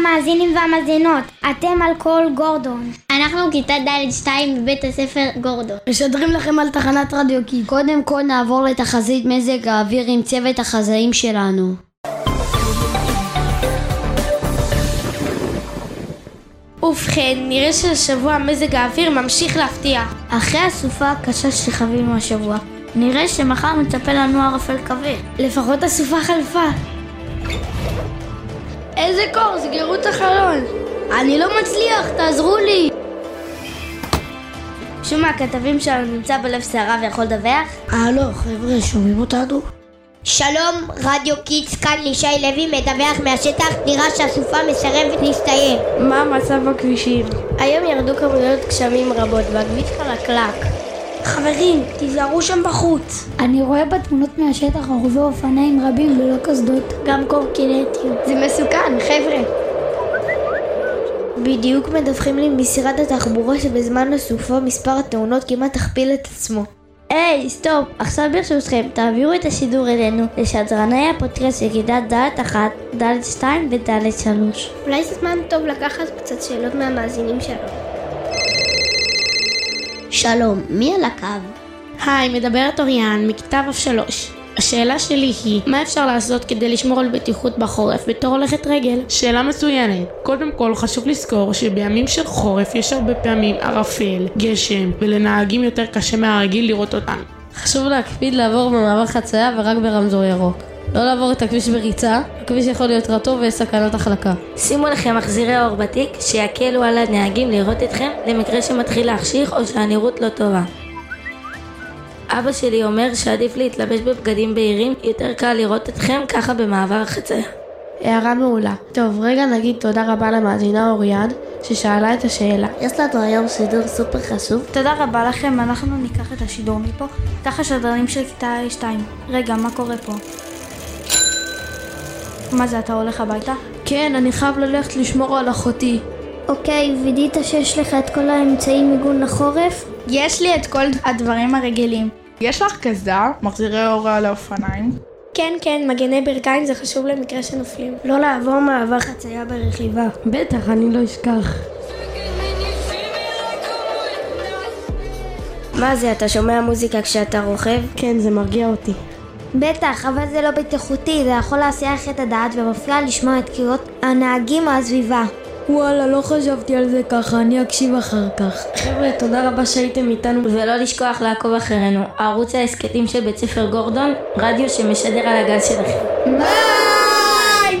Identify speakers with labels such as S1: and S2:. S1: המאזינים והמאזינות, אתם על כל גורדון.
S2: אנחנו כיתה ד'2 בבית הספר גורדון.
S3: משדרים לכם על תחנת רדיו כי קודם כל נעבור לתחזית מזג האוויר עם צוות החזאים שלנו.
S4: ובכן, נראה שהשבוע מזג האוויר ממשיך להפתיע.
S5: אחרי הסופה הקשה שחווינו השבוע, נראה שמחר מצפה לנו ערפל כבד.
S6: לפחות הסופה חלפה.
S7: איזה קור, סגרו את החלון.
S8: אני לא מצליח, תעזרו לי.
S9: מישהו מהכתבים שלנו נמצא בלב סערה ויכול לדווח?
S10: הלו, חבר'ה, שומעים אותנו?
S11: שלום, רדיו קיטס, כאן לישי לוי מדווח מהשטח, נראה שהסופה מסרבת להסתיים.
S12: מה המצב בכבישים?
S13: היום ירדו כמויות גשמים רבות והכביש חלקלק.
S14: חברים, תיזהרו שם בחוץ.
S15: אני רואה בתמונות מהשטח רוכבי אופניים רבים ללא קסדות,
S16: גם קורקינטים.
S17: זה מסוכן, חבר'ה.
S18: בדיוק מדווחים לי ממשרד התחבורה שבזמן הסופה מספר התאונות כמעט הכפיל את עצמו.
S19: היי, hey, סטופ, עכשיו ברשותכם, תעבירו את השידור אלינו לשדרני הפודקאסט של כיתת ד' 1, ד' 2 וד' 3.
S20: אולי זה זמן טוב לקחת קצת שאלות מהמאזינים שלנו.
S21: שלום, מי על הקו?
S22: היי, מדברת אוריאן, מכיתה ו'3. השאלה שלי היא, מה אפשר לעשות כדי לשמור על בטיחות בחורף בתור הולכת רגל?
S23: שאלה מצוינת. קודם כל חשוב לזכור שבימים של חורף יש הרבה פעמים ערפל, גשם, ולנהגים יותר קשה מהרגיל לראות אותם.
S24: חשוב להקפיד לעבור במעבר חצייה ורק ברמזור ירוק. לא לעבור את הכביש בריצה, הכביש יכול להיות רטוב ויש סכנת החלקה.
S25: שימו לכם מחזירי אור בתיק שיקלו על הנהגים לראות אתכם למקרה שמתחיל להחשיך או שהנראות לא טובה. אבא שלי אומר שעדיף להתלבש בבגדים בהירים, יותר קל לראות אתכם ככה במעבר חצייה.
S22: הערה מעולה. טוב, רגע נגיד תודה רבה למאזינה אוריאן, ששאלה את השאלה.
S21: יש לנו היום שידור סופר חשוב.
S24: תודה רבה לכם, אנחנו ניקח את השידור מפה. קח השדרנים של כיתה 2. רגע, מה קורה פה? מה זה, אתה הולך הביתה?
S22: כן, אני חייב ללכת לשמור על אחותי.
S21: אוקיי, וידית שיש לך את כל האמצעים מיגון לחורף?
S22: יש לי את כל הדברים הרגילים.
S23: יש לך קסדה? מחזירי אור על האופניים?
S24: כן, כן, מגני ברכיים זה חשוב למקרה שנופלים.
S25: לא לעבור מעבר חצייה ברכיבה.
S22: בטח, אני לא אשכח.
S25: מה זה, אתה שומע מוזיקה כשאתה רוכב?
S22: כן, זה מרגיע אותי.
S21: בטח, אבל זה לא בטיחותי, זה יכול להסיח את הדעת ומפריע לשמוע את קריאות הנהגים מהסביבה.
S22: וואלה, לא חשבתי על זה ככה, אני אקשיב אחר כך.
S24: חבר'ה, תודה רבה שהייתם איתנו,
S25: ולא לשכוח לעקוב אחרינו, ערוץ ההסכתים של בית ספר גורדון, רדיו שמשדר על הגז שלכם.
S4: ביי!